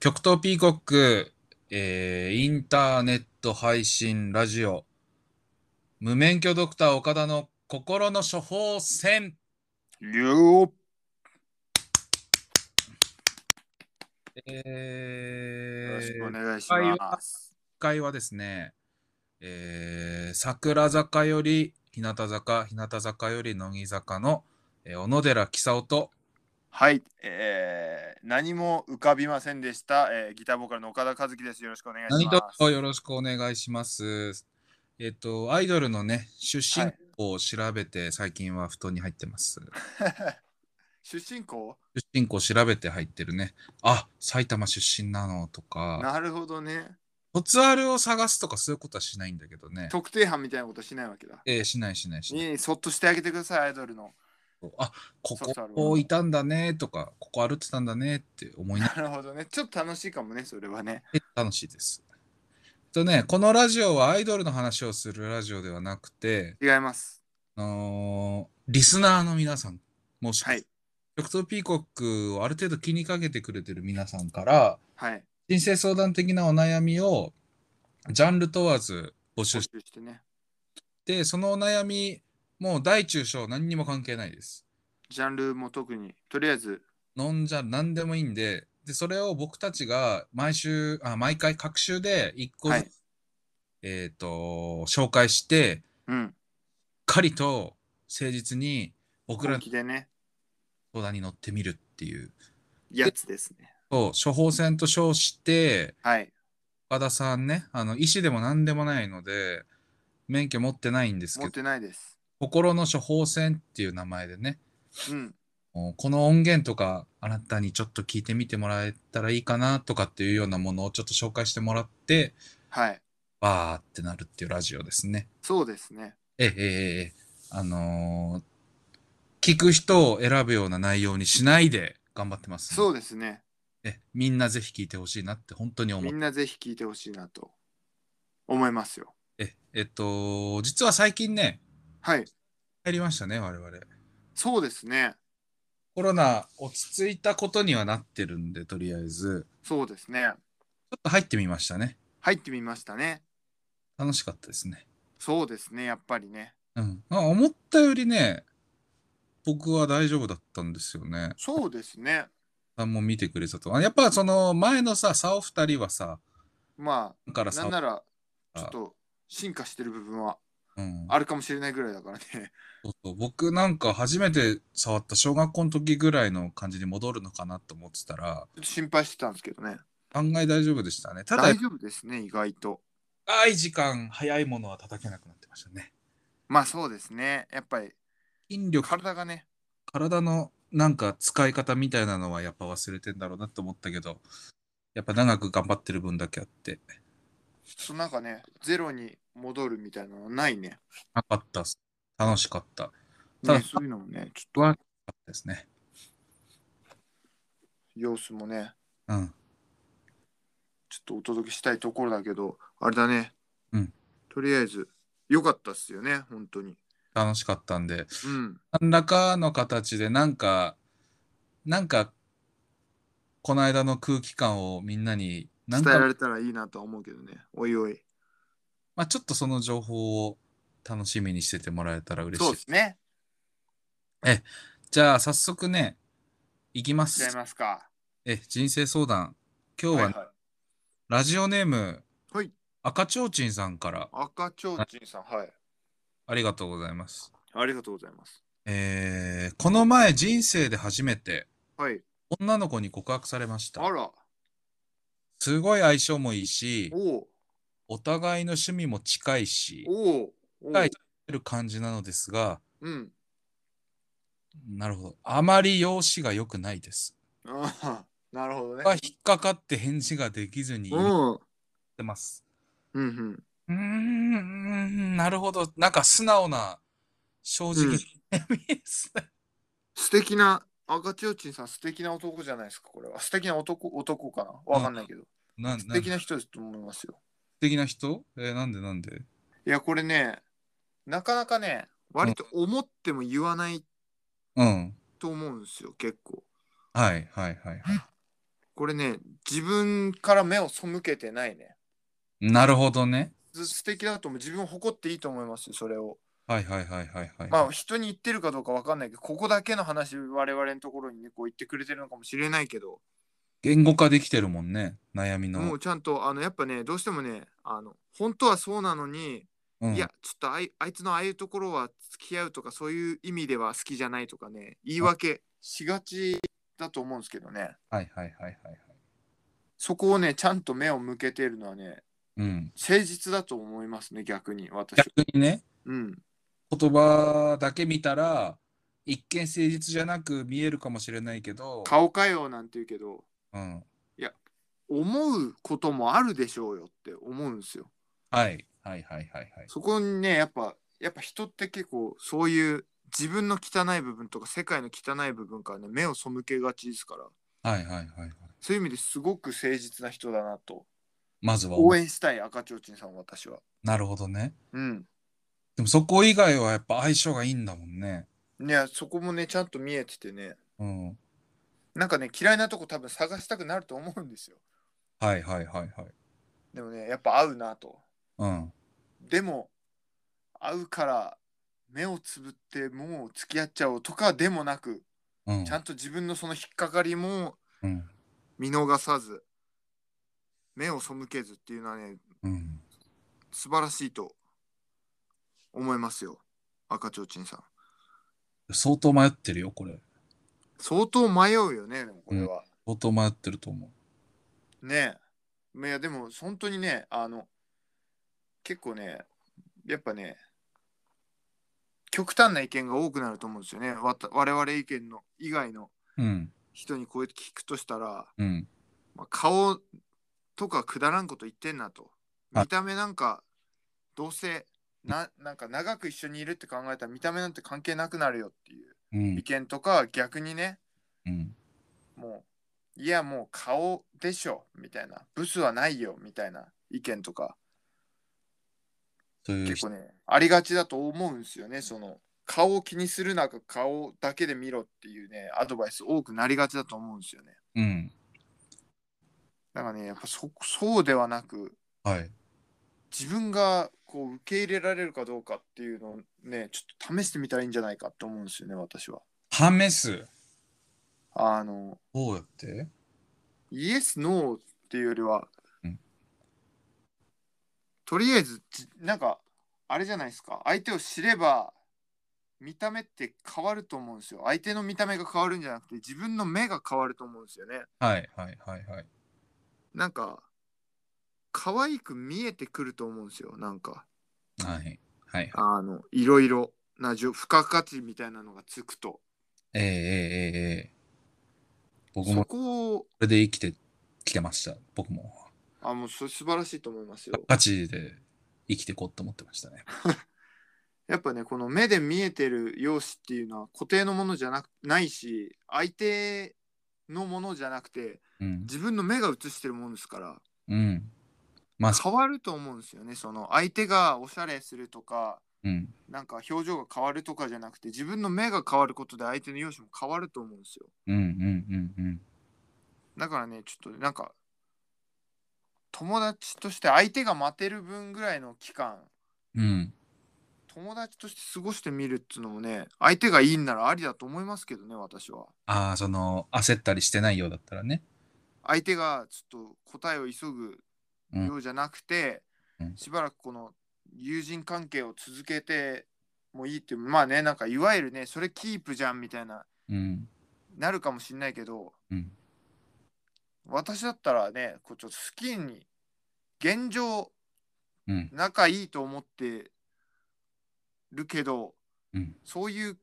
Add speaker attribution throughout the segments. Speaker 1: 極東ピーコック、えーインターネット配信ラジオ、無免許ドクター岡田の心の処方箋。
Speaker 2: よ
Speaker 1: えー
Speaker 2: ろしくお願いします。
Speaker 1: 今回はですね、えー桜坂より日向坂、日向坂より乃木坂の、えー小野寺喜夫と、
Speaker 2: はい、えー、何も浮かびませんでした、えー、ギターボーカルの岡田和樹です。よろしくお願いし
Speaker 1: 何
Speaker 2: ま
Speaker 1: 卒
Speaker 2: す。
Speaker 1: よろしくお願いします。えっと、アイドルのね、出身校を調べて、最近は布団に入ってます。
Speaker 2: 出身校
Speaker 1: 出身校調べて入ってるね。あ、埼玉出身なのとか、
Speaker 2: なるほどね。
Speaker 1: 卒アルを探すとかそういうことはしないんだけどね。
Speaker 2: 特定班みたいなことしないわけだ。
Speaker 1: えーしないしないしない。
Speaker 2: にそっとしてあげてください、アイドル の。
Speaker 1: あ、こ
Speaker 2: 卒アル
Speaker 1: こいたんだねとか、ここ歩いてたんだねって思いながら
Speaker 2: なるほどね。ちょっと楽しいかもね、それはね。
Speaker 1: 楽しいです。 とね、このラジオはアイドルの話をするラジオではなくて、
Speaker 2: 違います。
Speaker 1: あのーリスナーの皆さん、もしくは
Speaker 2: はい、
Speaker 1: 極東ピーコックをある程度気にかけてくれてる皆さんから、
Speaker 2: はい。
Speaker 1: 人生相談的なお悩みをジャンル問わず募
Speaker 2: 募
Speaker 1: 集し
Speaker 2: 集してね。
Speaker 1: て、そのお悩み、もう大中小何にも関係ないです。
Speaker 2: ジャンルも特に、とりあえず、
Speaker 1: ノンジャンル何でもいいんで、で、それを僕たちが毎週、あ、毎回各週で一個ずつ、
Speaker 2: はい
Speaker 1: えっ、と、紹介して、
Speaker 2: うん、
Speaker 1: しっかりと誠実に僕ら
Speaker 2: 本
Speaker 1: の
Speaker 2: 気でね、
Speaker 1: 相談に乗ってみるっていう
Speaker 2: やつですね。
Speaker 1: そう処方箋と称して
Speaker 2: はい。
Speaker 1: 岡田さんねあの医師でも何でもないので免許持ってないんですけ
Speaker 2: 持っ
Speaker 1: ど
Speaker 2: てないです。
Speaker 1: 心の処方箋っていう名前でね
Speaker 2: うん。
Speaker 1: おこの音源とかあなたにちょっと聞いてみてもらえたらいいかなとかっていうようなものをちょっと紹介してもらって
Speaker 2: はい。
Speaker 1: バーってなるっていうラジオですね。
Speaker 2: そうですね。
Speaker 1: ええええええあのー聞く人を選ぶような内容にしないで頑張ってます、
Speaker 2: そうですね。
Speaker 1: えみんなぜひ聞いてほしいなって本当に思
Speaker 2: み
Speaker 1: うん
Speaker 2: なぜひ聞いてほしいなと思いますよ。
Speaker 1: ええっと実は最近ね
Speaker 2: はい。
Speaker 1: 入りましたね我々
Speaker 2: そうですね。
Speaker 1: コロナ落ち着いたことにはなってるんでとりあえず
Speaker 2: そうですね。
Speaker 1: ちょっと入ってみましたね
Speaker 2: 入ってみましたね。
Speaker 1: 楽しかったですね
Speaker 2: そうですね。やっぱりね。
Speaker 1: うんあ思ったよりね僕は大丈夫だったんですよね
Speaker 2: そうですね。
Speaker 1: さんも見てくれたとあやっぱその前のさ差を2人はさ
Speaker 2: ま
Speaker 1: だから
Speaker 2: あ、な
Speaker 1: さ
Speaker 2: んなら、ちょっと進化してる部分は
Speaker 1: うん、
Speaker 2: あるかもしれないぐらいだからね。
Speaker 1: そうそう僕なんか初めて触った小学校の時ぐらいの感じに戻るのかなと思ってたら
Speaker 2: ちょっと心配してたんですけどね。
Speaker 1: 案外大丈夫でしたねただ
Speaker 2: 大丈夫ですね、意外と。
Speaker 1: 長い時間早いものは叩けなくなってましたね。
Speaker 2: まあそうですね。やっぱり
Speaker 1: 筋力、
Speaker 2: 体がね、
Speaker 1: 体のなんか使い方みたいなのはやっぱ忘れてんだろうなと思ったけど、やっぱ長く頑張ってる分だけあって、
Speaker 2: そのなんかね、ゼロに戻るみたいなのはないね。
Speaker 1: なかったっす。楽しかったただ
Speaker 2: ねそういうのもね、ちょっ
Speaker 1: ですね。
Speaker 2: と様子もね、
Speaker 1: うん。
Speaker 2: ちょっとお届けしたいところだけど、あれだね。
Speaker 1: うん
Speaker 2: とりあえず、良かったっすよね、本当に。
Speaker 1: 楽しかったんで、
Speaker 2: うん。
Speaker 1: 何らかの形でなんか、なんか、この間の空気感をみんなに、な
Speaker 2: 伝
Speaker 1: ん
Speaker 2: え、
Speaker 1: から
Speaker 2: れたらいいなとは思うけどね。おいおい。
Speaker 1: まあ、ちょっとその情報を楽しみにしててもらえたら嬉しい。
Speaker 2: そうですね。
Speaker 1: じゃあ、早速ね、いきます。
Speaker 2: 違いますか。
Speaker 1: え、人生相談。今日はね、
Speaker 2: はいはい
Speaker 1: ラジオネーム、
Speaker 2: はい
Speaker 1: 赤ちょうちんさんから
Speaker 2: 赤ちょうちんさん、はい。
Speaker 1: ありがとうございます。
Speaker 2: ありがとうございます。
Speaker 1: えー、この前人生で初めて
Speaker 2: はい。
Speaker 1: 女の子に告白されまし
Speaker 2: あ
Speaker 1: た。
Speaker 2: ら、
Speaker 1: すごい相性もいいし、
Speaker 2: おう
Speaker 1: お互いの趣味も近いし、
Speaker 2: おうおう
Speaker 1: はいてる感じなのですが、
Speaker 2: うん。
Speaker 1: なるほど。あまり容姿が良くないです。
Speaker 2: ああ、なるほどね。
Speaker 1: は引っかかって返事ができずに
Speaker 2: う
Speaker 1: 言っ
Speaker 2: ん。
Speaker 1: てます。
Speaker 2: うん
Speaker 1: う
Speaker 2: うん。
Speaker 1: ーん、うーんなるほど。なんか素直な、正直な悩みですね。
Speaker 2: 素敵な、赤ちょうちんさん、素敵な男じゃないですか、これは。素敵な男、男かなわかんないけど。
Speaker 1: な
Speaker 2: 素
Speaker 1: な
Speaker 2: 敵な人だと思いますよ。
Speaker 1: 素敵な人えーなんでなんで
Speaker 2: いや、これね、なかなかね、割と思っても言わない
Speaker 1: うん。
Speaker 2: と思うんですよ、結構。
Speaker 1: はいはいはいはい。
Speaker 2: これね、自分から目を背けてないね。
Speaker 1: なるほどね。
Speaker 2: す素敵だと思う。自分を誇っていいと思いますよ、それを。
Speaker 1: はいはいはいはいはい。
Speaker 2: まあ、人に言ってるかどうかわかんないけど、ここだけの話、我々のところにね、こう言ってくれてるのかもしれないけど、
Speaker 1: 言語化できてるもんね、悩み
Speaker 2: も
Speaker 1: の
Speaker 2: う。ちゃんと、あの、やっぱね、どうしてもね、あの、本当はそうなのに、
Speaker 1: うん
Speaker 2: いや、ちょっとあいあいつのああいうところは付き合うとか、そういう意味では好きじゃないとかね、言い訳しがちだと思うんですけどね、
Speaker 1: はいはいはいはいはい。
Speaker 2: そこをね、ちゃんと目を向けているのはね、
Speaker 1: うん。
Speaker 2: 誠実だと思いますね、逆に、私。
Speaker 1: 逆にね、
Speaker 2: うん。
Speaker 1: 言葉だけ見たら、一見誠実じゃなく見えるかもしれないけど、
Speaker 2: 顔かよなんて言うけど、
Speaker 1: うん。
Speaker 2: 思うこともあるでしょうよって思うんですよ。
Speaker 1: はいはいはいはいはい。
Speaker 2: そこにね、やっぱ、やっぱ人って結構、そういう自分の汚い部分とか、世界の汚い部分からね、目を背けがちですから、
Speaker 1: はいはいはいはい。
Speaker 2: そういう意味ですごく誠実な人だなと。
Speaker 1: まずは、
Speaker 2: 応援したい赤ちょうちんさん私は。
Speaker 1: なるほどね。
Speaker 2: うん。
Speaker 1: でもそこ以外はやっぱ相性がいいんだもんね。
Speaker 2: いやそこもねちゃんと見えててね
Speaker 1: うん。
Speaker 2: なんかね嫌いなとこ多分探したくなると思うんですよ。
Speaker 1: はいはいはいはい。
Speaker 2: でもねやっぱ合うなと。
Speaker 1: うん。
Speaker 2: でも合うから目をつぶってもう付き合っちゃおうとかでもなく
Speaker 1: うん
Speaker 2: ち。ゃんと自分のその引っかかりも
Speaker 1: うん。
Speaker 2: 見逃さず目を背けずっていうのはね
Speaker 1: うん。
Speaker 2: 素晴らしいと思いますよ赤ちょうちんさん。
Speaker 1: 相当迷ってるよ、これ。
Speaker 2: 相当迷うよねでもこれは。
Speaker 1: 相当迷ってると思
Speaker 2: ねえ。いや、でも、本当にね、あの、結構ね、やっぱね、極端な意見が多くなると思うんですよね。わた我々意見の以外の
Speaker 1: う。うん。
Speaker 2: 人にこうやって聞くとしたら、
Speaker 1: うん。
Speaker 2: まあ、顔とかくだらんこと言ってんなと。
Speaker 1: はい
Speaker 2: 見た目なんか、どうせ、ななんか長く一緒にいるって考えたら見た目なんて関係なくなるよっていう
Speaker 1: う
Speaker 2: 意
Speaker 1: ん。
Speaker 2: 見とか逆にね
Speaker 1: うん。
Speaker 2: もういやもう顔でしょみたいなブスはないよみたいな意見とか
Speaker 1: そういう
Speaker 2: 結
Speaker 1: 人
Speaker 2: 構ねありがちだと思うんですよねその顔を気にするなか顔だけで見ろっていうねアドバイス多くなりがちだと思うんですよね
Speaker 1: うん。
Speaker 2: だからねやっぱそそうではなく
Speaker 1: はい。
Speaker 2: 自分がこう受け入れられるかどうかっていうのをねちょっと試してみたらいいんじゃないかと思うんですよね私は
Speaker 1: 試す。
Speaker 2: あの
Speaker 1: どうやって
Speaker 2: イエスノーっていうよりは、
Speaker 1: うん
Speaker 2: とりあえずじなんかあれじゃないですか相手を知れば見た目って変わると思うんですよ相手の見た目が変わるんじゃなくて自分の目が変わると思うんですよね
Speaker 1: はいはいはいはい。
Speaker 2: なんか可愛く見えてくると思うんですよなんか
Speaker 1: はい。はい。
Speaker 2: あのいろいろなじょ付加価値みたいなのがつくと
Speaker 1: ええええええ僕も
Speaker 2: そ
Speaker 1: こ
Speaker 2: こを
Speaker 1: れで生きてきてました。僕も。
Speaker 2: あもうそれ素晴らしいと思いますよ
Speaker 1: ガチで生きてこうと思ってましたね。
Speaker 2: やっぱねこの目で見えてる容姿っていうのは固定のものじゃなくないし相手のものじゃなくて
Speaker 1: うん。
Speaker 2: 自分の目が映してるものですから
Speaker 1: うん。まあ、
Speaker 2: 変わると思うんですよねその相手がおしゃれするとか
Speaker 1: うん。
Speaker 2: なんか表情が変わるとかじゃなくて自分の目が変わることで相手の容姿も変わると思うんですよ
Speaker 1: うんうんうんうん。
Speaker 2: だからねちょっとなんか友達として相手が待てる分ぐらいの期間
Speaker 1: うん。
Speaker 2: 友達として過ごしてみるっていうのもね相手がいいんならありだと思いますけどね私は。
Speaker 1: ああ、その、焦ったりしてないようだったらね。
Speaker 2: 相手がちょっと答えを急ぐ
Speaker 1: うん
Speaker 2: ようじゃなくて、
Speaker 1: うん
Speaker 2: しばらくこの友人関係を続けてもいいっていうまあねなんかいわゆるねそれキープじゃんみたいな
Speaker 1: うん。
Speaker 2: なるかもしんないけど
Speaker 1: うん。
Speaker 2: 私だったらねこうちょっと好きに現状
Speaker 1: うん。
Speaker 2: 仲いいと思ってるけど
Speaker 1: うん。
Speaker 2: そういう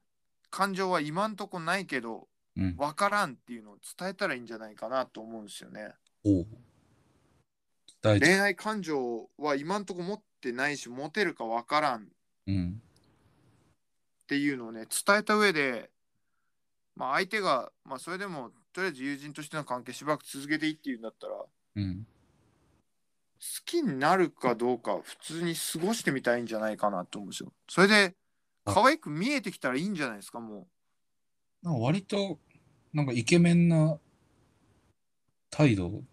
Speaker 2: 感情は今んとこないけど
Speaker 1: うん。
Speaker 2: 分からんっていうのを伝えたらいいんじゃないかなと思うんですよね。
Speaker 1: おう大事。
Speaker 2: 恋愛感情は今んとこ持ってないし持てるか分からんっ
Speaker 1: うん。
Speaker 2: ていうのをね伝えた上で、まあ、相手が、まあ、それでもとりあえず友人としての関係しばらく続けていいっていうんだったら好
Speaker 1: うん。
Speaker 2: きになるかどうか普通に過ごしてみたいんじゃないかなと思うんですよ。それで可愛く見えてきたらいいんじゃないですかもう。
Speaker 1: なんか割と、なんかイケメンな態度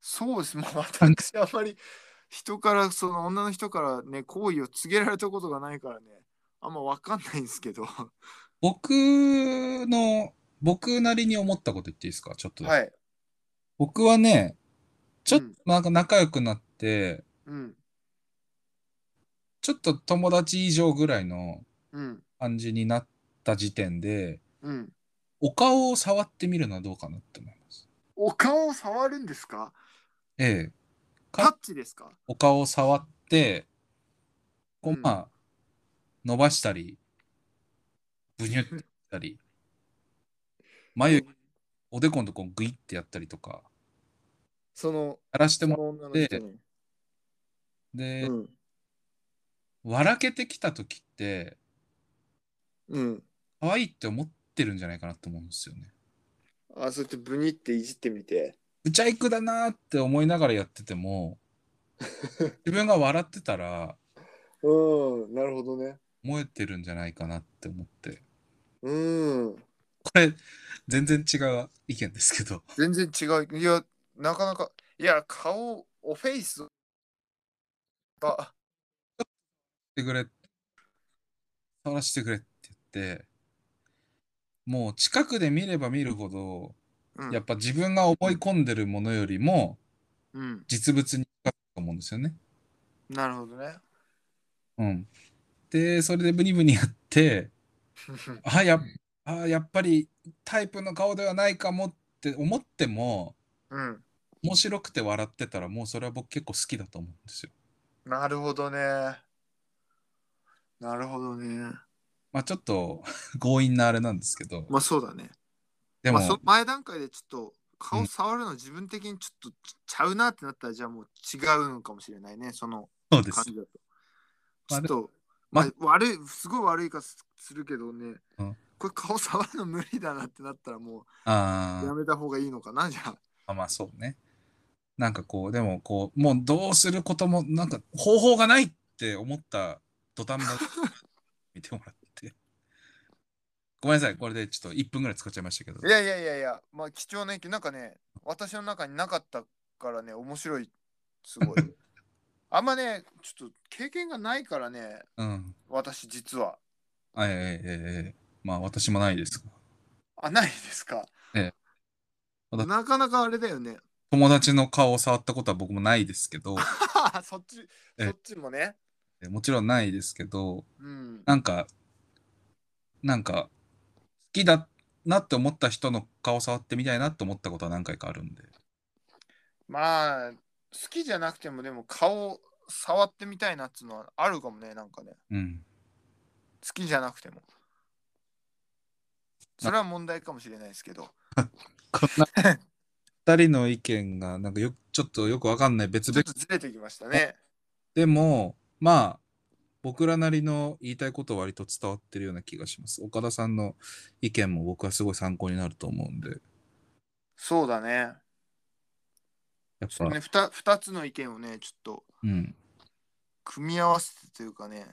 Speaker 2: そうです。もう私、あんまり人から、その女の人からね、好意を告げられたことがないからね、あんまわかんないんですけど。は
Speaker 1: 僕の、僕なりに思ったこと言っていいですかちょっとだけ。
Speaker 2: い。
Speaker 1: 僕はね、ちょっと
Speaker 2: うん
Speaker 1: なんか仲良くなって、
Speaker 2: うん。
Speaker 1: ちょっと友達以上ぐらいの
Speaker 2: うん。
Speaker 1: 感じになった時点で、
Speaker 2: うん。
Speaker 1: お顔を触ってみるのはどうかなって思います。
Speaker 2: お顔を触るんですか
Speaker 1: ええ、
Speaker 2: タ
Speaker 1: か
Speaker 2: ッチですか
Speaker 1: お顔を触って、こ
Speaker 2: う
Speaker 1: う、
Speaker 2: ん
Speaker 1: まあ、伸ばしたり、ブニュってやったり、眉、おでこのとこグイってやったりとか、
Speaker 2: その、
Speaker 1: やらして
Speaker 2: そ
Speaker 1: もらっ
Speaker 2: の女の人に。
Speaker 1: て、
Speaker 2: うん。
Speaker 1: 笑けてきた時って、
Speaker 2: うん。
Speaker 1: 可愛いって思ってるんじゃないかなと思うんですよね。
Speaker 2: あ、そうやってブニっていじってみて。
Speaker 1: ブチャイクだなーって思いながらやってても、自分が笑ってたら、
Speaker 2: うん。なるほどね。
Speaker 1: 燃えてるんじゃないかなって思って。
Speaker 2: うん。
Speaker 1: これ、全然違う意見ですけど。
Speaker 2: 全然違う。いや、なかなか。いや、顔、おフェイス。あ、
Speaker 1: ってくれ、触らせてくれって言って、もう近くで見れば見るほど、
Speaker 2: うん。
Speaker 1: やっぱ自分が思い込んでるものよりも、
Speaker 2: うん。
Speaker 1: 実物に近いと思うんですよね。
Speaker 2: なるほどね。
Speaker 1: うん。で、それでブニブニやって、あやあやっぱりタイプの顔ではないかもって思っても
Speaker 2: うん。
Speaker 1: 面白くて笑ってたらもうそれは僕結構好きだと思うんですよ。
Speaker 2: なるほどね。なるほどね。
Speaker 1: まあちょっと 強引なあれなんですけど
Speaker 2: まあそうだね。
Speaker 1: でも
Speaker 2: まあ、その前段階でちょっと
Speaker 1: う
Speaker 2: 顔
Speaker 1: ん
Speaker 2: 触るの自分的にちょっとちゃうなってなったらじゃあもう違うのかもしれないね。その
Speaker 1: そうで
Speaker 2: 感
Speaker 1: す
Speaker 2: じだと。ち
Speaker 1: ま
Speaker 2: ょ
Speaker 1: あ
Speaker 2: っ
Speaker 1: で
Speaker 2: と、
Speaker 1: ま
Speaker 2: ま
Speaker 1: あ
Speaker 2: あ、悪い、すごい悪いかすするけどね。
Speaker 1: うん
Speaker 2: これ顔触るの無理だなってなったらもうや
Speaker 1: あ
Speaker 2: めた方がいいのかなじゃあ。
Speaker 1: あまあそうねなんかこうでもこうもうどうすることもなんか方法がないって思った土壇場で見てもらって ごめんなさいこれでちょっと1分ぐらい使っちゃいましたけど
Speaker 2: いやいやいやいや、まあ貴重な意見、なんかね、私の中になかったからね、面白い、すごい。 あんまね、ちょっと経験がないからね、
Speaker 1: うん
Speaker 2: 私実は。
Speaker 1: あええええええまあ私もないですが
Speaker 2: あ、ないですか。
Speaker 1: ええ
Speaker 2: なかなかあれだよね。
Speaker 1: 友達の顔を触ったことは僕もないですけど
Speaker 2: そっち、
Speaker 1: ええ
Speaker 2: そっちもね。
Speaker 1: えもちろんないですけど
Speaker 2: うん。
Speaker 1: なんかなんか好きだなって思った人の顔触ってみたいなって思ったことは何回かあるんで
Speaker 2: まあ、好きじゃなくても、でも顔触ってみたいなっていうのはあるかもね、なんかね。
Speaker 1: うん
Speaker 2: 好きじゃなくても。それは問題かもしれないですけど。
Speaker 1: こんな二人の意見がなんかよちょっとよくわかんない別
Speaker 2: ちょ
Speaker 1: 々
Speaker 2: っとずれてきましたね。
Speaker 1: でもまあ僕らなりの言いたいことは割と伝わってるような気がします岡田さんの意見も僕はすごい参考になると思うんで
Speaker 2: そうだね。
Speaker 1: やっ
Speaker 2: そ
Speaker 1: ぱ、
Speaker 2: うね、ふた2つの意見をね、ちょっと
Speaker 1: うん
Speaker 2: 組み合わせてというかね。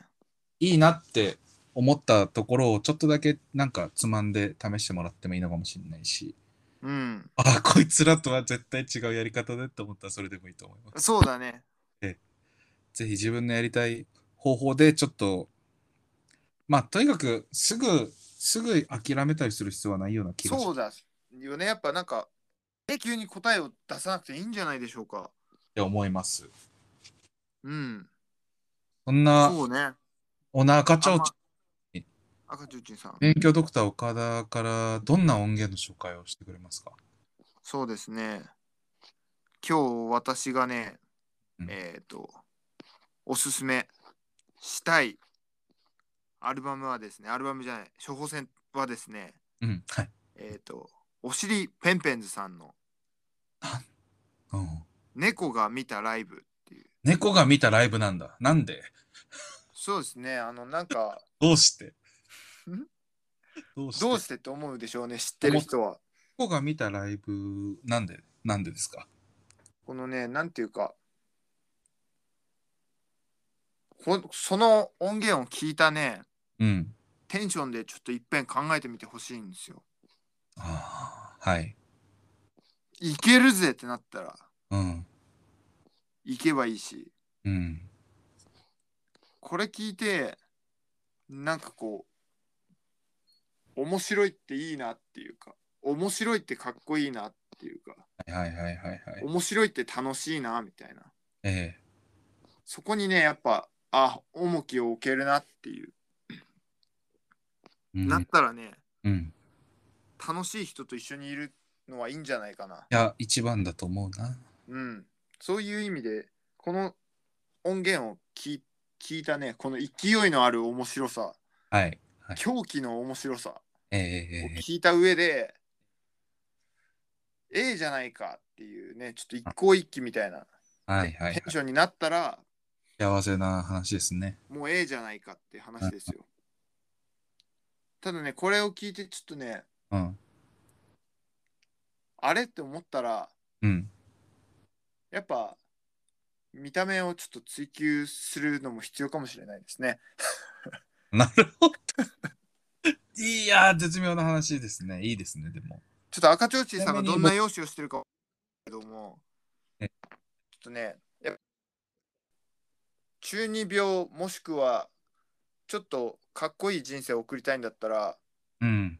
Speaker 1: いいなって思ったところをちょっとだけなんかつまんで試してもらってもいいのかもしれないし
Speaker 2: うん。
Speaker 1: あこいつらとは絶対違うやり方でって思ったらそれでもいいと思います。
Speaker 2: そうだね。
Speaker 1: ぜひ自分のやりたい方法でちょっとまあとにかくすぐすぐ諦めたりする必要はないような気がし
Speaker 2: そ
Speaker 1: ま
Speaker 2: うだよね。やっぱなんか、永急に答えを出さなくていいんじゃないでしょうか。
Speaker 1: て思います。
Speaker 2: うん。
Speaker 1: そんな
Speaker 2: そうね。
Speaker 1: おな赤ちょ
Speaker 2: あん
Speaker 1: う
Speaker 2: ま
Speaker 1: ち
Speaker 2: 赤ちょうちんさん。
Speaker 1: 勉強ドクター岡田からどんな音源の紹介をしてくれますか
Speaker 2: そうですね。今日私がね
Speaker 1: うん、
Speaker 2: えっ、と、おすすめしたいアルバムはですね、アルバムじゃない、処方箋はですね、
Speaker 1: うんはい。
Speaker 2: えっ、と、おしりペンペンズさんの
Speaker 1: うん、
Speaker 2: 猫が見たライブっていう。
Speaker 1: 猫が見たライブなんだ。なんで
Speaker 2: そうですね、あの、なん か、
Speaker 1: どうして
Speaker 2: ん
Speaker 1: どうして
Speaker 2: どうしてって思うでしょうね、知ってる人は。
Speaker 1: 猫が見たライブなんでなんでですか
Speaker 2: このね、なんていうか、ほその音源を聞いたね、
Speaker 1: うん。
Speaker 2: テンションでちょっといっぺん考えてみてほしいんですよ。
Speaker 1: ああ、はい。
Speaker 2: いけるぜってなったら、
Speaker 1: うん。
Speaker 2: 行けばいいし
Speaker 1: うん。
Speaker 2: これ聞いてなんかこう面白いっていいなっていうか面白いってかっこいいなっていうか
Speaker 1: はいはいはいはいはい。
Speaker 2: 面白いって楽しいなみたいな
Speaker 1: え
Speaker 2: そこにねやっぱあ重きを置けるなっていう、
Speaker 1: えうん
Speaker 2: なったらね
Speaker 1: うん。
Speaker 2: 楽しい人と一緒にいるのはいいんじゃないかない
Speaker 1: や、一番だと思うな。
Speaker 2: うんそういう意味でこの音源を聞い聞いたねこの勢いのある面白さ
Speaker 1: はい。はい、
Speaker 2: 狂気の面白さ
Speaker 1: ええ
Speaker 2: を
Speaker 1: ええ
Speaker 2: 聞いた上で、ええじゃないかっていうねちょっと一向一揆みたいな
Speaker 1: はいはいはい
Speaker 2: テ。ンションになったら、
Speaker 1: 幸せな話ですね。
Speaker 2: もうええじゃないかって話ですよ、ただねこれを聞いてちょっとね
Speaker 1: うん。
Speaker 2: あれって思ったら
Speaker 1: うん。
Speaker 2: やっぱ見た目をちょっと追求するのも必要かもしれないですね
Speaker 1: なるほど。いやー、絶妙な話ですね。いいですね、でも。
Speaker 2: ちょっと赤ちょうちんさんが
Speaker 1: ちなみ
Speaker 2: ど
Speaker 1: に
Speaker 2: んな容姿をしてるかわかんないけどもち
Speaker 1: え
Speaker 2: ょっとねやっぱ中二病もしくはちょっとかっこいい人生を送りたいんだったら
Speaker 1: うん。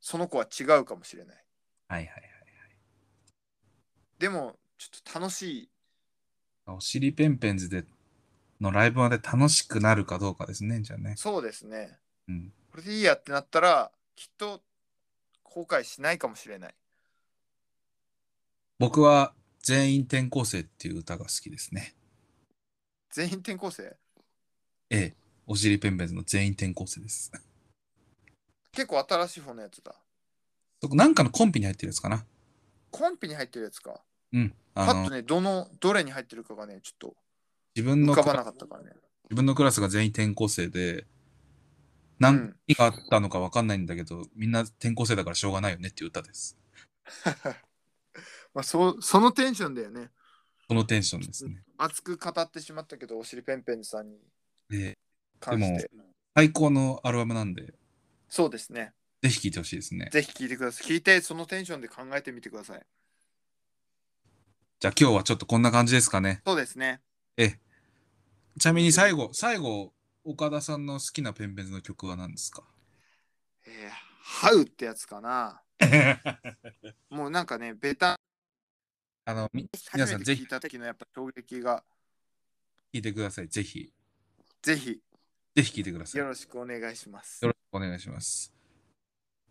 Speaker 2: その子は違うかもしれない
Speaker 1: はいはいはい。
Speaker 2: でもちょっと楽しい
Speaker 1: お尻ペンペンズでのライブまで楽しくなるかどうかですね、じゃあね。
Speaker 2: そうですね
Speaker 1: うん。
Speaker 2: これでいいやってなったらきっと後悔しないかもしれない
Speaker 1: 僕は全員転校生っていう歌が好きですね。
Speaker 2: 全員転校生
Speaker 1: ええ。お尻ペンペンズの全員転校生です。
Speaker 2: 結構新しい方のやつだ
Speaker 1: そこなんかのコンピに入ってるやつかな。
Speaker 2: コンピに入ってるやつか
Speaker 1: うん。
Speaker 2: パ
Speaker 1: あ
Speaker 2: ッ
Speaker 1: の
Speaker 2: と、ねどのどれに入ってるかがねちょっ
Speaker 1: 自分
Speaker 2: と浮
Speaker 1: の
Speaker 2: かばなかったからね
Speaker 1: 自分のクラスが全員転校生で、
Speaker 2: う
Speaker 1: 何
Speaker 2: ん
Speaker 1: があったのか分かんないんだけど、みんな転校生だからしょうがないよねっていう歌です。
Speaker 2: まあ、そそのテンションだよね
Speaker 1: そのテンションですね。
Speaker 2: 熱く語ってしまったけどおしりペンペンさんに
Speaker 1: で、
Speaker 2: 関して
Speaker 1: 最高のアルバムなんで、
Speaker 2: そうですね
Speaker 1: ぜひ聴いてほしいですね。
Speaker 2: ぜひ聞いてください聞いてそのテンションで考えてみてください
Speaker 1: じゃあ今日はちょっとこんな感じですかね。
Speaker 2: そうですね
Speaker 1: ちなみに最後、最後、岡田さんの好きなペンペンズの曲は何です か
Speaker 2: えーハウってやつかなもうなんかねベタ
Speaker 1: あの、み皆
Speaker 2: 初
Speaker 1: さ
Speaker 2: め
Speaker 1: ん
Speaker 2: て
Speaker 1: ぜひ
Speaker 2: 聞いた時のやっぱ衝撃が
Speaker 1: 聴いてください。ぜひ、
Speaker 2: ぜひ
Speaker 1: ぜひ聴いてください。
Speaker 2: よ
Speaker 1: よ
Speaker 2: ろしくお願いします
Speaker 1: ろしくお願いします。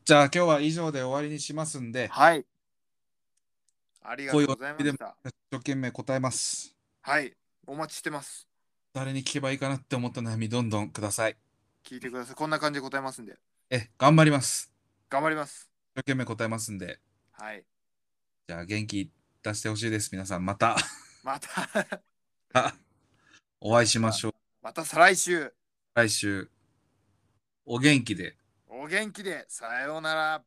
Speaker 1: じゃあ今日は以上で終わりにしますんで、
Speaker 2: はいありがとうございま
Speaker 1: こういうお便りでも
Speaker 2: した
Speaker 1: 一生懸命答えます。
Speaker 2: はいお待ちしてます
Speaker 1: 誰に聞けばいいかなって思った悩みどんどんください。
Speaker 2: 聞いてくださいこんな感じで答えますんで
Speaker 1: え、頑張ります。
Speaker 2: 頑張ります
Speaker 1: 一生懸命答えますんで。
Speaker 2: はい
Speaker 1: じゃあ元気出してほしいです。皆さんまた
Speaker 2: また
Speaker 1: お会いしましょう。
Speaker 2: また再来週
Speaker 1: 来週。お元気で。
Speaker 2: お元気でさようなら